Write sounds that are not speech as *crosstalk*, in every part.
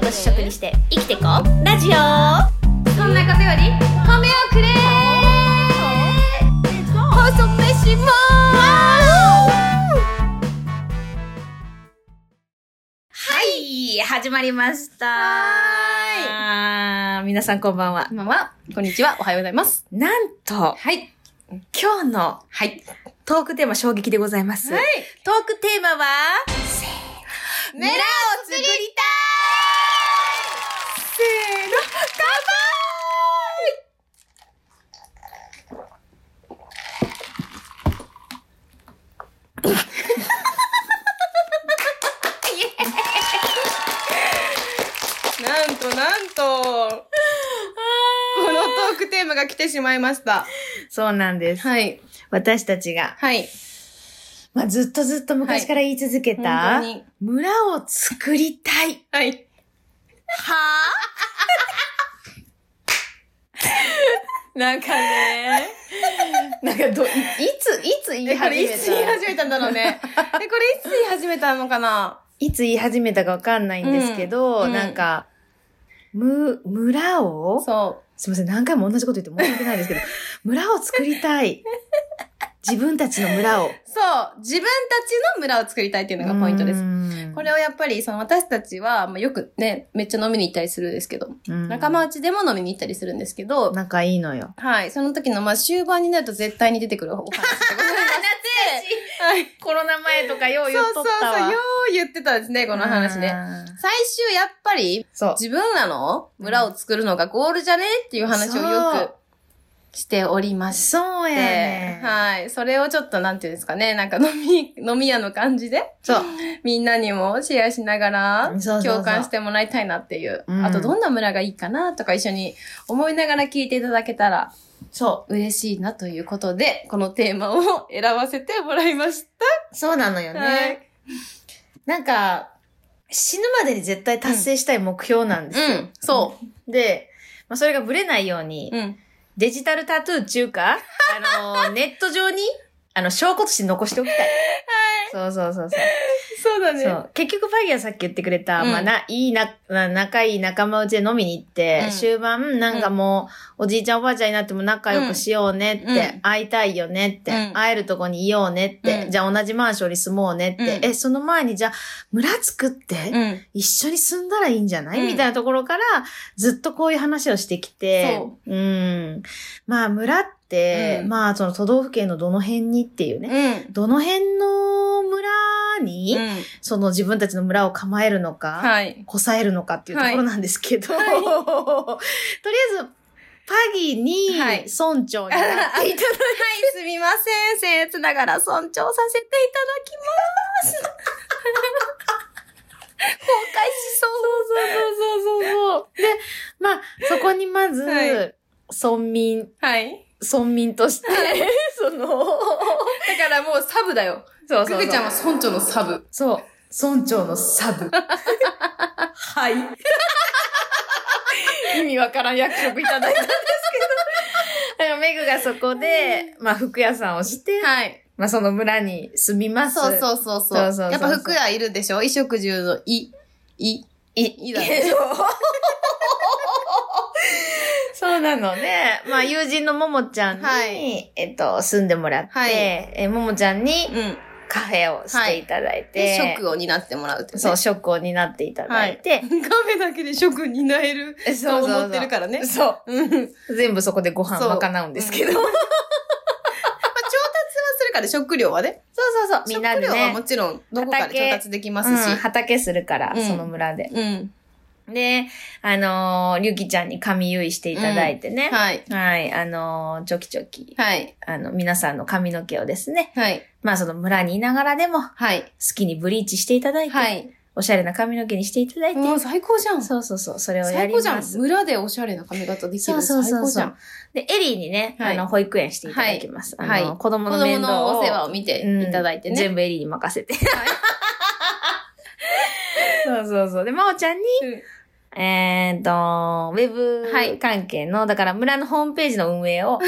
と主食にして生きていこうラジオそんなことより米をくれ細飯もはい始まりましたはあー皆さんこんばんはこんばんはこんにちはおはようございますなんとはい今日のはいトークテーマ衝撃でございます、トークテーマは村を作りせーのなんとなんと、 *laughs* このトークテーマが来てしまいました。そうなんです、はい。私たちが、はい。まあ、ずっとずっと昔から言い続けた、本当に。村を作りたいはい。は *laughs* なんかね。なんかど、いいつ、いつ言え、これいつ言い始めたんだろう *laughs* ね。え、これいつ言い始めたのかないつ言い始めたかわかんないんですけど、うんうんなんか、む、村をそすいません、何回も同じこと言って申し訳ないですけど、村を作りた *laughs* い。自分たちの村を。う。そう。自分たちの村を作りたいっていうのがポイントです。これをやっぱり、その私たちは、まあ、よくね、めっちゃ飲みに行ったりするんですけど、うん、仲間内でも飲みに行ったりするんですけど、仲いいのよ。はい。その時の、まあ、終盤になると絶対に出てくるお話でございまして、はい。コロナ前とかよ *laughs* うそうそうそう、よう言ってたですね、この話ね。ね。最終やっぱりそう。自分らの村を作るのがゴールじゃねっていう話をよくしておりまして。そうやね。はい。それをちょっと、なんていうんですかね。なんか飲み、 *laughs* 飲み屋の感じで、そう。みんなにもシェアしながらそう、そうそう共感してもらいたいなっていう。うんあと、どんな村がいいかなとか一緒に思いながら聞いていただけたらそ嬉しいなということで、このテーマを選ばせてもらいましう。そうなのよた。ね。はい。なんか、死ぬまでに絶対達成したい目標なんですよ。うん。そで、まあ、それがブレないように、う。うん。デジタルタトゥー中 *laughs* か、あの、ネット上に、あの、証拠として残しておきたい。はい。そうそうそうそう。そうだね。そう。結局、ファギアさっき言ってくれた、うんまあ、な、いいな、な仲いい仲間内で飲みに行って、うん終盤、なんかもう、おじいちゃんおばあちゃんになっても仲良くしようねって、うん会いたいよねって、うん会えるとこにいようねって、うんじゃあ同じマンションに住もうねって、うんえ、その前にじゃあ、村作って、うん。一緒に住んだらいいんじゃない、うんみたいなところから、ずっとこういう話をしてきて、。そうん。まあ、村って、うんまあ、その都道府県のどの辺にっていうね、うん。どの辺の村に、うんその自分たちの村を構えるのか、はい。こさえるのかっていうところなんですけど、はい *laughs* とりあえず、パギにはい村長にな *laughs* っていただいはい、て、すみません。僭越ながら尊重させていただきます。後悔しそう。そうそうそうそうそう。まあ、そこにまず、はい村民、はい。村民として、 *laughs* その、だからもうサブだよ。そうググちゃんは村長のサブ。そう。村長のサブ。はい。 *laughs* 意味わからん役職いただいたんですけど。だからメグがそこで、まあ服屋さんをして、はい。まあその村に住みます。そうう。そうそうそう。そうそうそうやっぱ服屋いるでしょ衣食住のい、い、い、いだね。そうなのね。まあ友人のももちゃんに、はいえっと、住んでもらって、はいえももちゃんにうん。カフェをしていただいて、で、職を担ってもらうってね。そう、ショックを担っていただい *laughs* て、カフェだけで職担えるえそうそうそうと思ってるからね。そう。うん。全部そこでご飯そう賄うんですけど。そうまあ、調達はするから、食料はね。そうそう。みんなで食料はねも。ちろん、どこかで畑調達できますうんし。畑するから、うんその村で。うん。で、あのー、りゅきちゃんに髪結いしていただいてね。はい。はい、あのー、ちょきちょき、はい。あの、皆さんの髪の毛をですね、はい。まあその村にいながらでも、好はい。きにブリーチしていただいて、はい。おしゃれな髪の毛にしていただいて、もう最高じゃん。そうそうそう、それをや最り高まじゃん。す。村でおしゃれな髪型できそうる。そう最そう高じそゃ。。うんで、エリーにね、はいあの、保育園していただきます。はいあの、子供子の面供倒を。のお世話を見ていただいてうんね。全部エリーに任せて。はい *laughs* そうそうそう。で、まおちゃんに、えーっと、ウェはい *laughs* ブ関係の、だから村のホームページの運営を、 *laughs*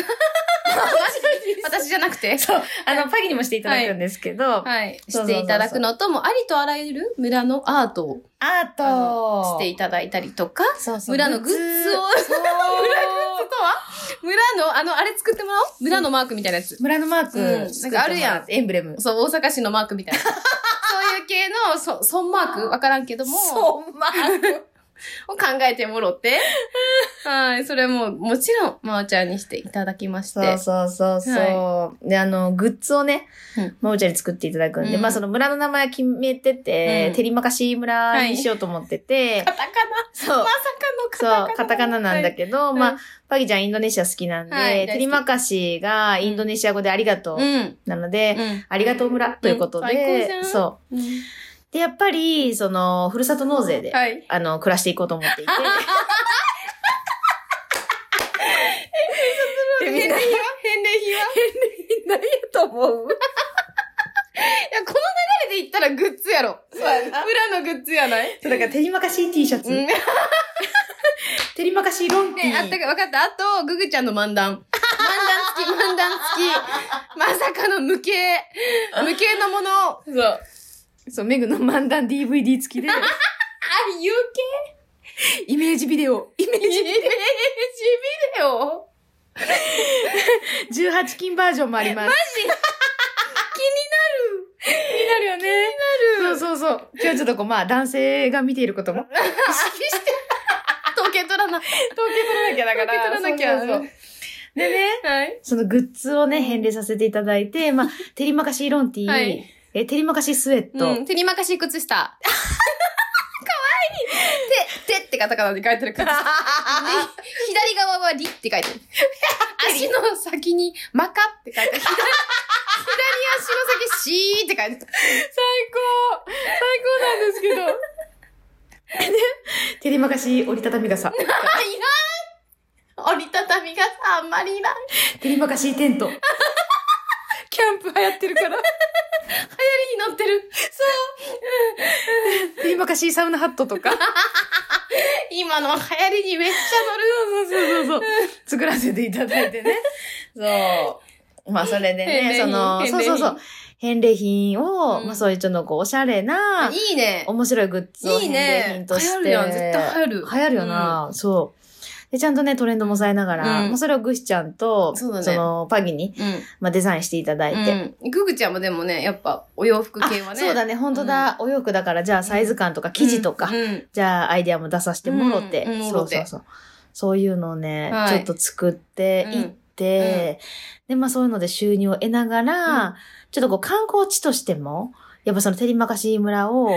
私じゃなくて。そう、あの、パギにもしていただくんですけど、はい。そうそうそうしていただくのと、もうありとあらゆる村のアートをアーあのトしていただいたりとか、そうそう村のグッズを *laughs* そうあとは村の、あの、あれ作ってもらおう村のマークみたいなやつ。村のマーうんク、なんかあるやん、エンブレム。そう、大阪市のマークみたいな。そういう系の、そ、損マークわからんけども、をう、マーク。考えてもろって。はい、それも、もちろん、まおちゃんにしていただきまして。そうそうそうそう、で、あの、グッズをねうん、まおちゃんに作っていただくんで、うんまあその村の名前は決めてて、うんテリマカシ村にしようと思ってて、カタカナそうま。さかのそう、カタカナなんだけけど、どまあ、パギちゃんインドネシア好きなんで、はい大好きテリマカシがインドネシア語でありがとううん。なので、うんありがとう村ということ最で高じゃ、んそう。で、やっぱり、その、ふるさと納税で、はい。あの、暮らしていこうと思っていて。返み礼ん品なは返礼品は何やと思ういや、この流れで言ったらグッズやろ。そうやな。裏のグッズやないそうだから、テリマカシ T シャツ、うん。テリマカシロンティね、あったか、わかった。あと、ググちゃんの漫談。 *laughs* 漫談付き、漫談付き。まさかの無形。無形のもの。そう。あ、そう、メグの漫談 DVD 付きで、有イメージビデオ、イメー形イジメージビデオ。 18金バージョンもあります。気になるよね。気になる。そうそうそう。今日ちょっとこう、まあ、男性が見ていることも。意識して。 *laughs* 統計取らな。統計取らなきゃだから統計取らなそうきゃ。そうそうでね、はい。そのグッズをね、返礼させていただいて、まあ、テリマカシロンティー、はいえ、テリマカシスウェット、うん。手に任し靴下。かわいい。手、手ってカタカナで書いてる靴下。で左側はリって書いてる。足の先にマカって書いてる。左、左足の先シーって書いてる。最高なんですけど。テリマカシ折りたたみ傘。あ、いらん折りたたみがあんまりいらん。テリマカシテント。キャンプ流行ってる *laughs* から。流行りに乗ってる。テリマカシサウナハットとか。今の流行りにめっちゃそうそうそうそう。作らせていただいてね。そう。まあそれで返礼ね、品その、返そう礼品そうそう。返礼品を、うんまあそういうちょっとこう、おしゃれ乗、なる。いいね。面白いグッズをいい返ね礼品とし流行て。るやん絶対流行る流行るよな、そう。で、ちゃんとね、トレンドもさえながら、うんまあそれをグシちゃんと、そうだねの、パギに、うん。まあデザインしていただいて。うん。ググちゃんもでもね、やっぱお洋服系はあね。そうだね、本当だ、お洋服だから、じゃあサイズ感とか生地とか、うんうんじゃあアイデアも出させてもろて、うんうんそうそうそう。そういうのをね、はいちょっと作っていって、で、まあそういうので収入を得ながら、うちょっとこう観光地としても、やっぱそのテリマカシ村 *laughs* を、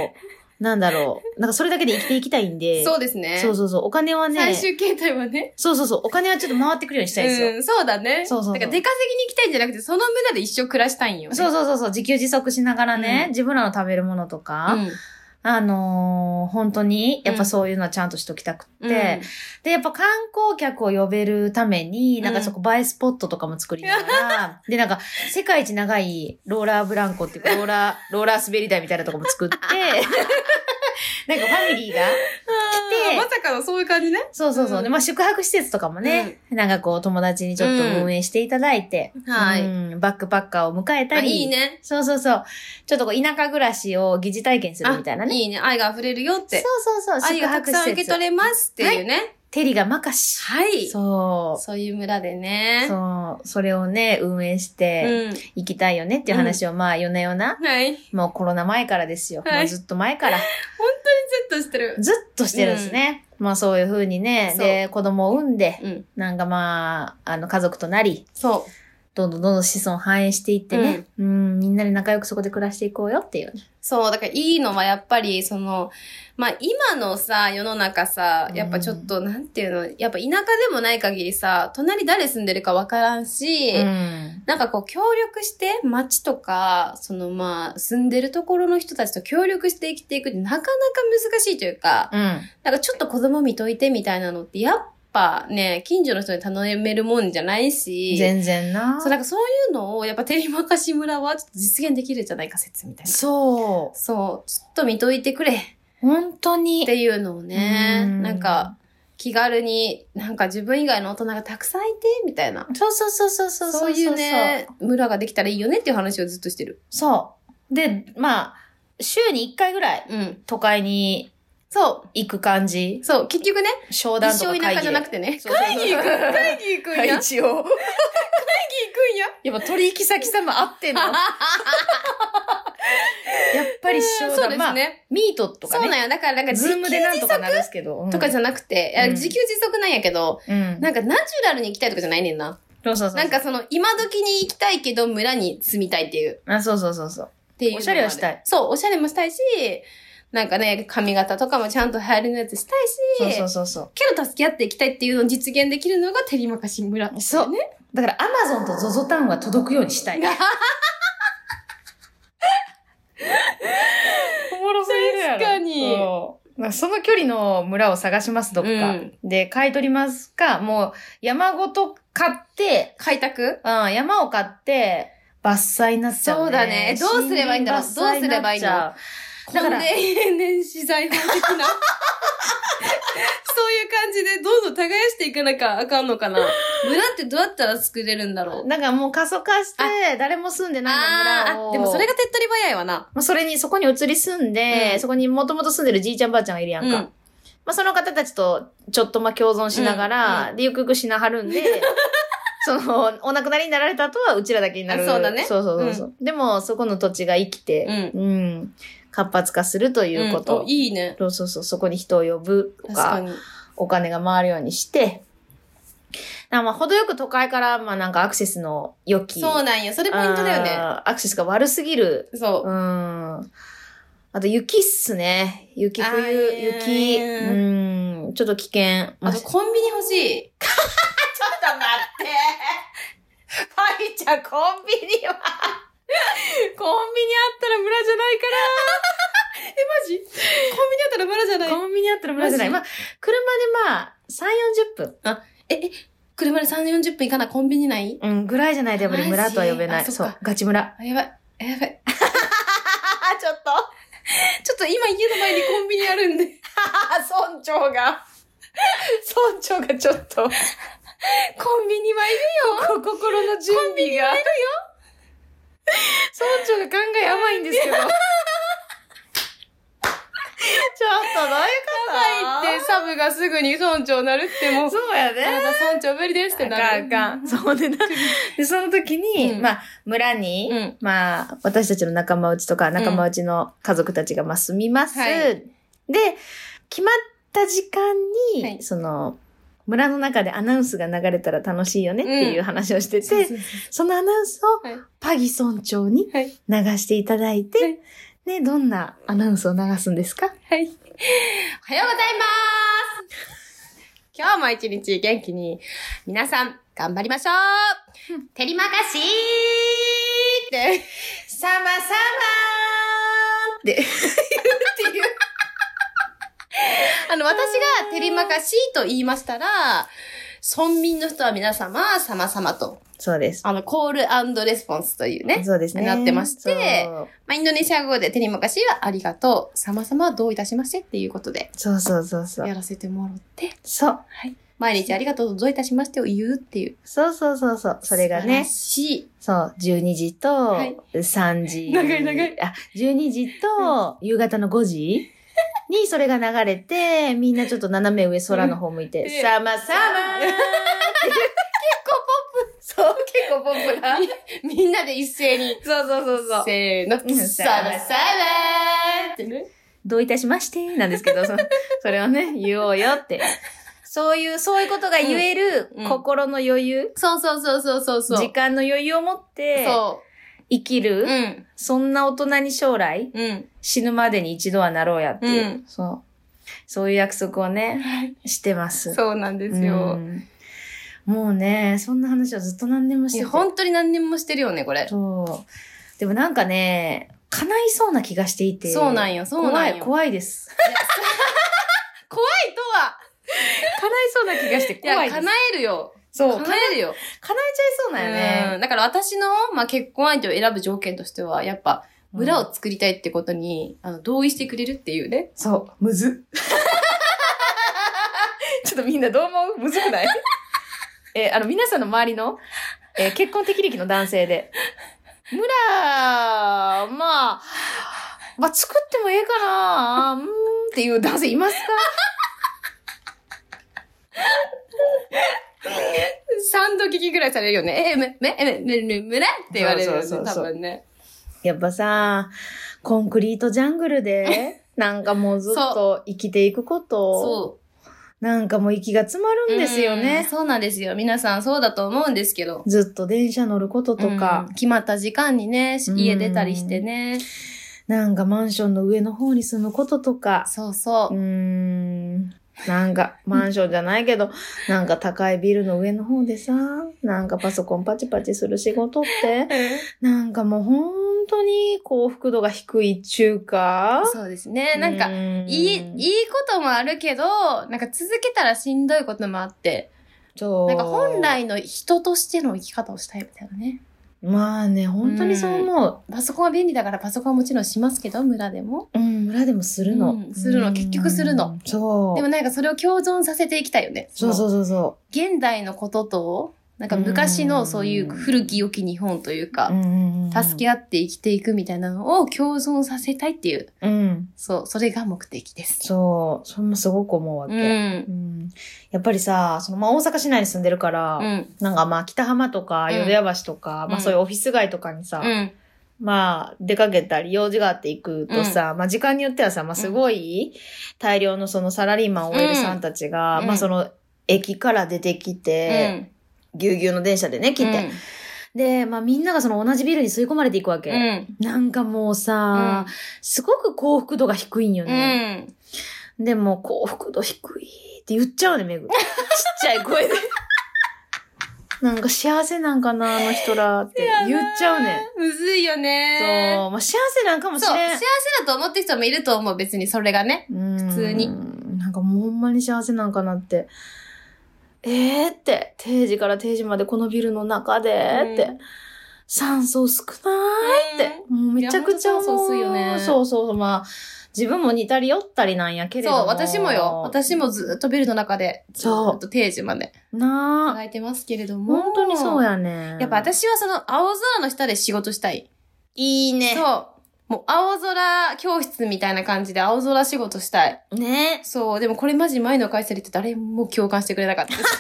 なんだろう、なんかそれだけで生きていきたいんで、そうですね。そうそうそうお金はね、最終形態はね。そうそうそう、お金はちょっと回ってくるようにしたいんですよ。うん、そうだね。そうそうそうだから出稼ぎに行きたいんじゃなくて、その村で一生暮らしたいんよね。そううそうそうそう、自給自足しながらね、うん自分らの食べるものとか、ん。あのー本当に、やっぱそういうのはちゃんとしときたくっうて、んで、やっぱ観光客を呼べるために、なんかそこ映えスポットとかも作りな *laughs* がら、で、なんか世界一長いローラーブランコっていうか、ローラー、ローラー滑り台みたいなとこも *laughs* 作って、なんかファミリーが、あーまさかのそういう感じね。そうそうそう、で、まあ宿泊施設とかもね、なんかこう友達にちょっと運営していただいて、はいうんバックパッカーを迎えたあり、いいね。そうそうそう、ちょっとこう田舎暮らしを疑似体験するみたいなね。いいね。愛が溢れるよっそうて。そうそう、愛宿がたく泊さん施受け設取。れますっていうね。テリがまかし。はい。そうそう。いう村でね。そう、それをね、運営してう行きたいよねっていう話を、まあ、夜な夜な、ん。はい。もうコロナ前からですよ。はいもうずっと前から、ずっとしてる。ずっとしてるんですね。まあ、そういう風にね、そうで、子供を産んで、うん。なんかまあ、あの、家族となり、そどんどんどんどん子孫繁栄していってね、うん、みんなで仲良くそこで暮らしていこうよっていう。う。そう。だからいいのはやっぱり、その、まあ今のさ、世の中さう、んやっぱちょっと、なんていうの、やっぱ田舎でもない限りさ、隣誰住んでるかわからんし、うん。なんかこう協力して町とか、そのまあ住んでるところの人たちと協力して生きていくってなかなか難しいというか、うん。なんかちょっと子供見といてみたいなのってやっぱね、近所の人に頼めるもんじゃないし、全然な。そうなんかそういうのをやっぱテリマカシ村はちょっと実現できるんじゃないか説みたいな。そう。そう、ちょっと見といてくれっ本当に。ていうのをね、うんなんか気軽に、なんか自分以外の大人がたくさんいて、みたいな。そうそうそうそうそうそういうね、村ができたらいいよねっていう話をずっとしてる。そう。で、まあ、週に1回ぐらいうん。都会にそ行く感じう。。そう、結局ね、商談一とか生会田舎議で。じゃなくてね。そうそうそ会う議行く会議一応。くんや。やっぱ取引先様合って *laughs* んの。やっぱり商談。そうですまあ、ね。ミートとかそうなね。んよ。だからなんか、ズームでなん自給とかなるんですけど。うん自足とかじゃなくて、いやうん自給自足なんやけど、うん。なんかナチュラルに行きたいとかじゃないねんな。そうそうそう。なん、かその、今時に行きたいけど村に住みたいっていう。あ、そうそうそうそう。っていうのもあるおしゃれはしたい。そう、おしゃれもしたいし、なんかね、髪型とかもちゃんと流行りのやつしたそういし、そうそうそう。けど助け合っていきたいっていうのを実現できるのがテリマカシ村。そうね。だからアマゾンとゾゾタウンは届くようにし *laughs* たい。おもろすぎるやろ。確かにそう。まあその距離の村を探します、どっか。うんで、買い取りますか、もう山ごと買って、開拓うん、山を買って、伐採になっちゃう、ね。そうだねどうすればいいんだろう森林伐採になどうすっちゃればいいのだからこんで永年資材法 *laughs* 的な。そういう感じでどんどん耕していかなきゃあかんのかな。村ってどうやったら作れるんだろう。なんかもう過疎化して、誰も住んでない村あを。ーでもそれが手っ取り早いわな。まあ、それに、そこに移り住んで、うんそこにもともと住んでるじいちゃんばあちゃんがいるやんか。うんまあ、その方たちと、ちょっとまあ共存しながら、うで、ゆくゆくしなはる *laughs* んで、その、お亡くなりになられた後は、うちらだけになる。あそうだねそうそうそうそう、でも、そこの土地が生きて、うん、活発化するというこうんとお。いいね。そうそうそう、そこに人を呼ぶと確かか、に。お金が回るようにして、だからまあ、程よく都会から、まあなんかアクセスの良き。そうなんや。それポイントだよね。あーアクセスが悪すぎるそう。うん。あと雪っすね。雪あ冬、ー雪。ううん。ちょっと危険。あまあと、コンビニ欲し *laughs* い。ちょっと待って。パイちゃん、コンビニコンビニあは。ったら村じゃないから。 *laughs* え、マジコンビニあったら村じゃない。コンビニあったら無駄じゃない。まマあ、車でまあ、3、40分。え、え、車で3、40分行かないコンビニないうん、ぐらいじゃないとやっぱり村とは呼べなマい。ジあそそっうか、ガチ村。あ、やばい。あやばい。ちょっと。ちょっと今家の前にコンビニあるんで。 *laughs* 村長が。村長がちょっと。コンビニはいるよ。心の準備が。村長が考えやばいんです *laughs* けど。ちょっと、どういうこと入ってサブがすぐに村長なるってもう。 *laughs* そうやねあなた村長無理ですってなる。かん。そ *laughs* うでな。で、その時に、うんまあ、村に、うんまあ、私たちの仲間内とか、仲間内の家族たちが、まあ、住みます。はいで、決まった時間に、はいその、村の中でアナウンスが流れたら楽しいよねっていう話をしてて、そうそうそうそのアナウンスをはいパギ村長にはい流していただいて、はいね、どんなアナウンスを流すんですかはい。おはようございます今日も一日元気に、皆さん、頑張りましょうてりまかしーって、さまさまーって言うっていう。あの、私がてりまかしーと言いましたら、村民の人は皆様、様々と、そうです。あの、コールレスポンスというね、そうですね。なってましてそうまあ、インドネシア語でてりまかしーはありがとう、様々はどういたしましてっていうことで、そうそうそうそう。やらせてもらって、そう。毎日ありがとうとどういたしましてを言うっていう。そうそうそうそう。それが素、晴ねらしい。そう、12時とい3時。長い長いあ、12時と夕方の5時にそれが流れて、みんなちょっと斜め上空の方向いてうんで、さまさま結構ポップそう、結構ポップな。みんなで一斉に。そうそうそうそう。せーのん。さらさらーってね。どういたしましてなんですけど、*laughs* そのそれをね、言おうよって。そういう、そういうことが言えるうんうん心の余裕、そうそうそうそうそうそう。時間の余裕を持ってそ生きる、う。うん。そんな大人に将来うん。死ぬまでに一度はなろうやっていう、うんそう。そういう約束をね、してます。そうなんですうよ。んもうね、そんな話をずっと何でもいしててや、本当に何年もしてるよね、これ。そう。でもなんかね、叶いそうな気がしていて。そうなんよ、そうな怖んい、よ。怖いです。いとは。叶いそうな気がしていや、怖いです。叶えるよ。そう、叶叶ええるよ。ちゃいそうなんようねん。。だから私の、まあ、結婚相手を選ぶ条件としては、やっぱ、村うんを作りたいってことに、あの、同意してくれるっていうね。そう、むず。 *laughs* ちょっとみんなどう思うむずくない *laughs* えーあの、皆さんの周りの、えー結婚適齢期の男性で。村、まあ、まあ、作ってもええかなうーんっていう男性いますか三度聞きぐらいされるよね。え、め、め、え、め、め、め、めって言われるよね、そうそうそう多そう分ね。やっぱさ、コンクリートジャングル *laughs* で、なんかもうずっと生きていくこと、そなんかもう息が詰まう。るんですようんね。そうなんですよ。皆さんそうだと思うんですけど。ずっと電車乗ることとかうん、決まった時間にね、うん家出たりしてね。なんかマンションの上の方に住むこととか、そうそうーう。ん、なんかマンションじゃない *laughs* けど、なんか高いビルの上の方でさ、なんかパソコンパチパチする仕事って、なんかもう本当に幸福度が低いっちゅうか、 *laughs* そうですね。なんか、いいい、いいこともあるけど、なんか続けたらしんどいこともあって、そうなんか本来の人としての生き方をしたいみたいなね。まあね、本当にそう思パソコンは便利だからパソコンはもちろんしますけど、村でも。う。うん、村でもするの。うんするのうん結局するの。そう。でもなんかそれを共存させていきたいよね。そうのそうそうそ現代のことと、なんか昔のそういう古き良き日本というう。うか、ん助け合って生きていくみたいなのを共存させたいっていう、合うん。そう、それが目的です。そう。それもすごく思うわうけ。ん。うんやっぱりさ、そのまあ大阪市内に住んでるから、うん。なんかまあ北浜とかうん淀屋橋とか、うんまあそういうオフィス街とかにさ、うん。まあ出かけたり用事があって行くとさ、まあ時間によってはさ、まあすごい大量のそのサラリーマン OL さんたちが、うんまあその駅から出てきて、ぎゅうぎゅうの電車でね、来て、で、まあみんながその同じビルに吸い込まれていくわけ。うん。うん。なんかもうさ、うすごく幸福度が低いんよん。ね。うんでも幸福度低いって言っちゃうね、*laughs* メグ。ちっちゃい声で。なんか幸せなんかな、あの人らって言っちゃうね。むずいよね。そう、まあ幸せなんかもしそう。れ幸んせ。だと思ってる人もいると思う。別にそれがね。普普通に。なんかもうほんまに幸せなんかなって。えーって、定時から定時までこのビルの中でって。うん酸素少ないって。もうめちゃくちゃ思いやほんと酸う。素薄いよねそうそうそう。まあ、自分も似たり寄ったりなんやけれども。そう、私もよ。私もずっとビルの中で、ずそうっと定時までなあ。働いてますけれども。本当にそうや。やね。やっぱ、私はその青空の下で仕事したい。いいね。そう。もう青空教室みたいな感じで青空仕事したい。ね。そう。でもこれマジ前の会社で言って誰も共感してくれなか *laughs* ったです。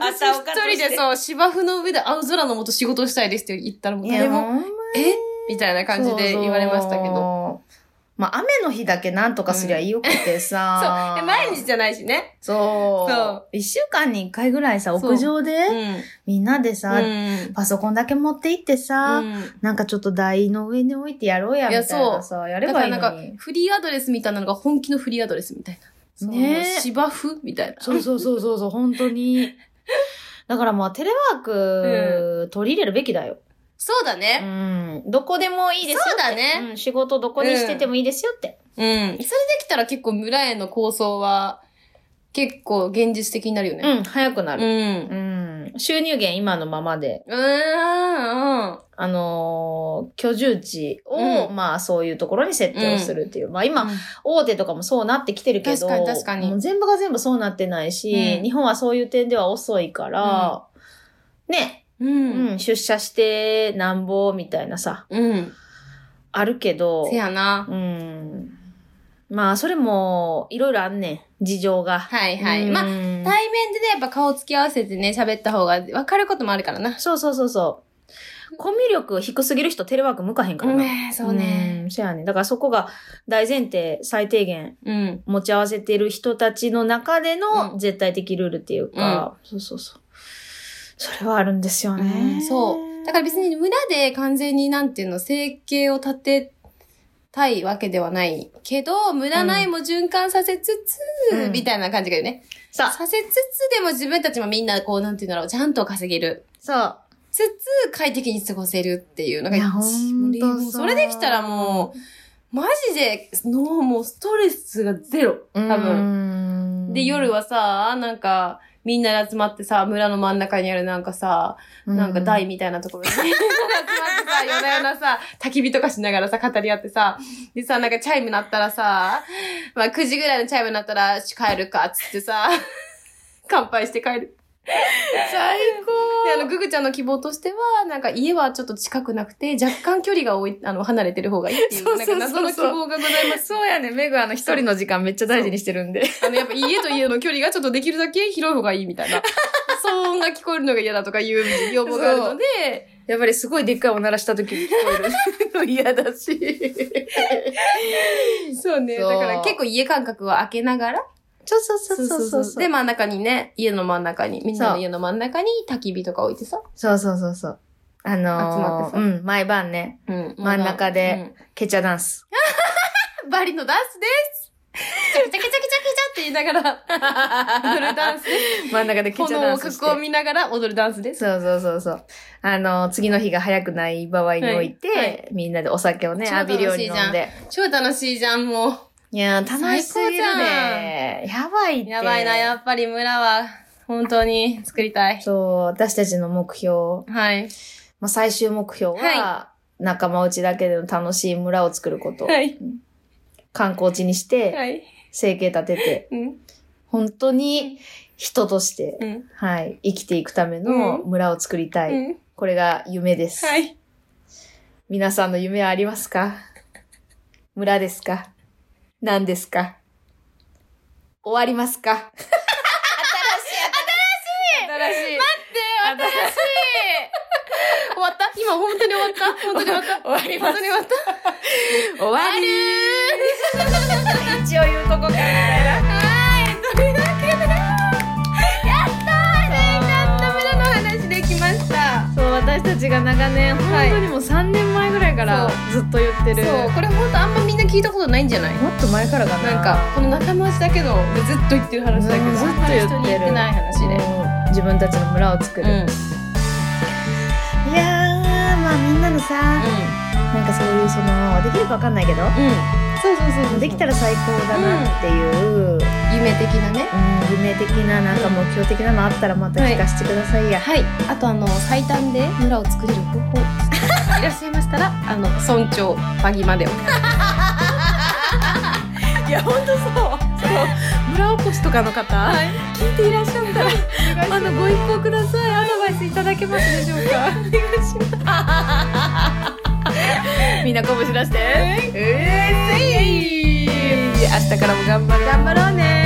私朝岡として一人でそう、芝生の上で青空の下仕事したいですって言ったらもういや、誰でもも、ほんまえみたいな感じで言われましたけそうど。そう。まあ、雨の日だけなんとかすりゃよくてさ *laughs* そ。う。で毎日じゃないしね。そう。そう一週間に一回ぐらいさ、そう屋上うで、ん。みんなでさ、うんパソコンだけ持って行ってさ、うんなんかちょっと台の上に置いてやろうや、みたいいやなさ、やれだかばいらいのなんに。か、フリーアドレスみたいなのが本気のフリーアドレスみたいな。ねえそう芝生みたいな。そうそうそうそうそう、本当に。だからまあ、テレワーク、取り入れるべきだよ。そうだうね。ん。どこでもいいですよって。そうだねうん、仕事どこにしててもいいですよって。うん。それできたら結構村への構想は、結構現実的になるようね。ん、早くなうる。ん。うん。収入源今のままで、うーん。うん。あのー居住地を、うんまあそういうところに設定をするっていう。まあ今、うん大手とかもそうなってきてるけ確ど、かに確かにもう全部が全部そうなってないし、うん日本はそういう点では遅いから、ね、うん。うん、出社してなんぼみたいなさ、うん。あるけどせ、やな。うん。まあそれも、いろいろあんねん、事情が。はいはうい。んまあ、対面でね、やっぱ顔つき合わせてね、喋った方が分かることもあるからな。そうそうそうそう。コミュ力低すぎる人テレワーク向かへんからな。ねそうね。ん。そやね。だからそこが大前提、最低限うん。持ち合わせてる人たちの中でうのん絶対的ルールっていうか、そうそうそう。それはあるんですようね。んそう。だから別に村で完全になんていうの、生計を立てたいわけではないけど、無駄ないも循環させつつ、うんみたいな感じがよね。そう。させつつでも自分たちもみんなこう、なんていうんだろう、ちゃんと稼げる。そう。つつ、快適に過ごせるっていうのがいや一番ほんとそうそれできたらもう、マジで、のもうストレスがゼロ。多分。分で、夜はさ、なんか、みんなで集まってさ、村の真ん中にあるなんかさ、なんか台みたいなところに、 *laughs* みんな集まってさ、夜な夜なさ、焚き火とかしながらさ、語り合ってさ、でさ、なんかチャイム鳴ったらさ、まあ9時ぐらいのチャイム鳴ったら、帰るか、つってさ、 *laughs* 乾杯して帰る。最で、あの、ググちゃんの希望としては、なんか家はちょっと近くなくて、若干距離が多い、あの、離れてる方がいいってい、そううなそんうそうかそう謎の希望がございます。そうやね、メグあの一人の時間めっちゃ大事にしてるんで。あの、やっぱ家と家の距離がちょっとできるだけ広い方がいいみたいな。騒音が聞こえるのが嫌だとかいう要望があるので、やっぱりすごいでっかいおならした時に聞こえる *laughs* の嫌だし。そうね。そうだから結構家間隔は開けながら、そうそうそうそうそうそう。で、真ん中にね、家の真ん中に、みんなの家の真ん中に焚き火とか置いてさ。そうそうそうそう。あの集まってさー、うん、毎晩ね、うん真ん中で。ケチャダンス。うんバリのダンスですチャキチャキチャキチャキチャって言いながら、踊るダンスです。真ん中でケチャ炎ダをンスして。囲みながら踊るダンスです。そうそうそうそう。あの、次の日が早くない場合において、はいはいみんなでお酒をね、超楽浴しいびるじゃんように飲んで。超楽しいじゃん、もう。いやー、楽しすぎるね。やばいって。やばいな、やっぱり村は、本当に作りたい。そう、私たちの目標、はい。まあ、最終目標は、は仲間内だけでの楽しい村を作ること。はい。観光地にして、はい。生計立てて、うん。本当に人として、うん。はい、生きていくためのうん村を作りたい。うん。これが夢です。はい。皆さんの夢はありますか村ですか何ですか終わりますか新しい。終わった今本当に終わった本当に終わった終わりま本当に終わった終わり一応言うとこかはい。というわけで、やったーみんなの話できました。そう、私たちが長年、はい本当にもう3年前ぐらいからずっと言ってそる。う、これ本当あんまみんな聞いたことないんじゃないもっと前からかな。なんか、この仲間内だけど、ずっと言ってる話だけど、うんずっとあ言ってるんまり人に言ってない話で。もう自分たちの村を作る。いやー、まあみんなのさ、なんかそういうその、できるかわかんないけど、うん。そうそうそうそう。できたら最高だなっていう、うん、夢的なね。夢的ななんか目標的なのあったらまた聞かせてくださいや。はい。あとあの、最短で村を作れる方法。いらっしゃいましたら、あの、村長、バギまでを。いや、ほんとそう。そう。村おこしとかの方、聞いていらっしゃ *laughs* ったら、あの、ご一報ください。アドバイスいただけますでしょうか。お願いします。みんなこぶし出して。うえー、い明日からも頑張ろう。頑張ろうね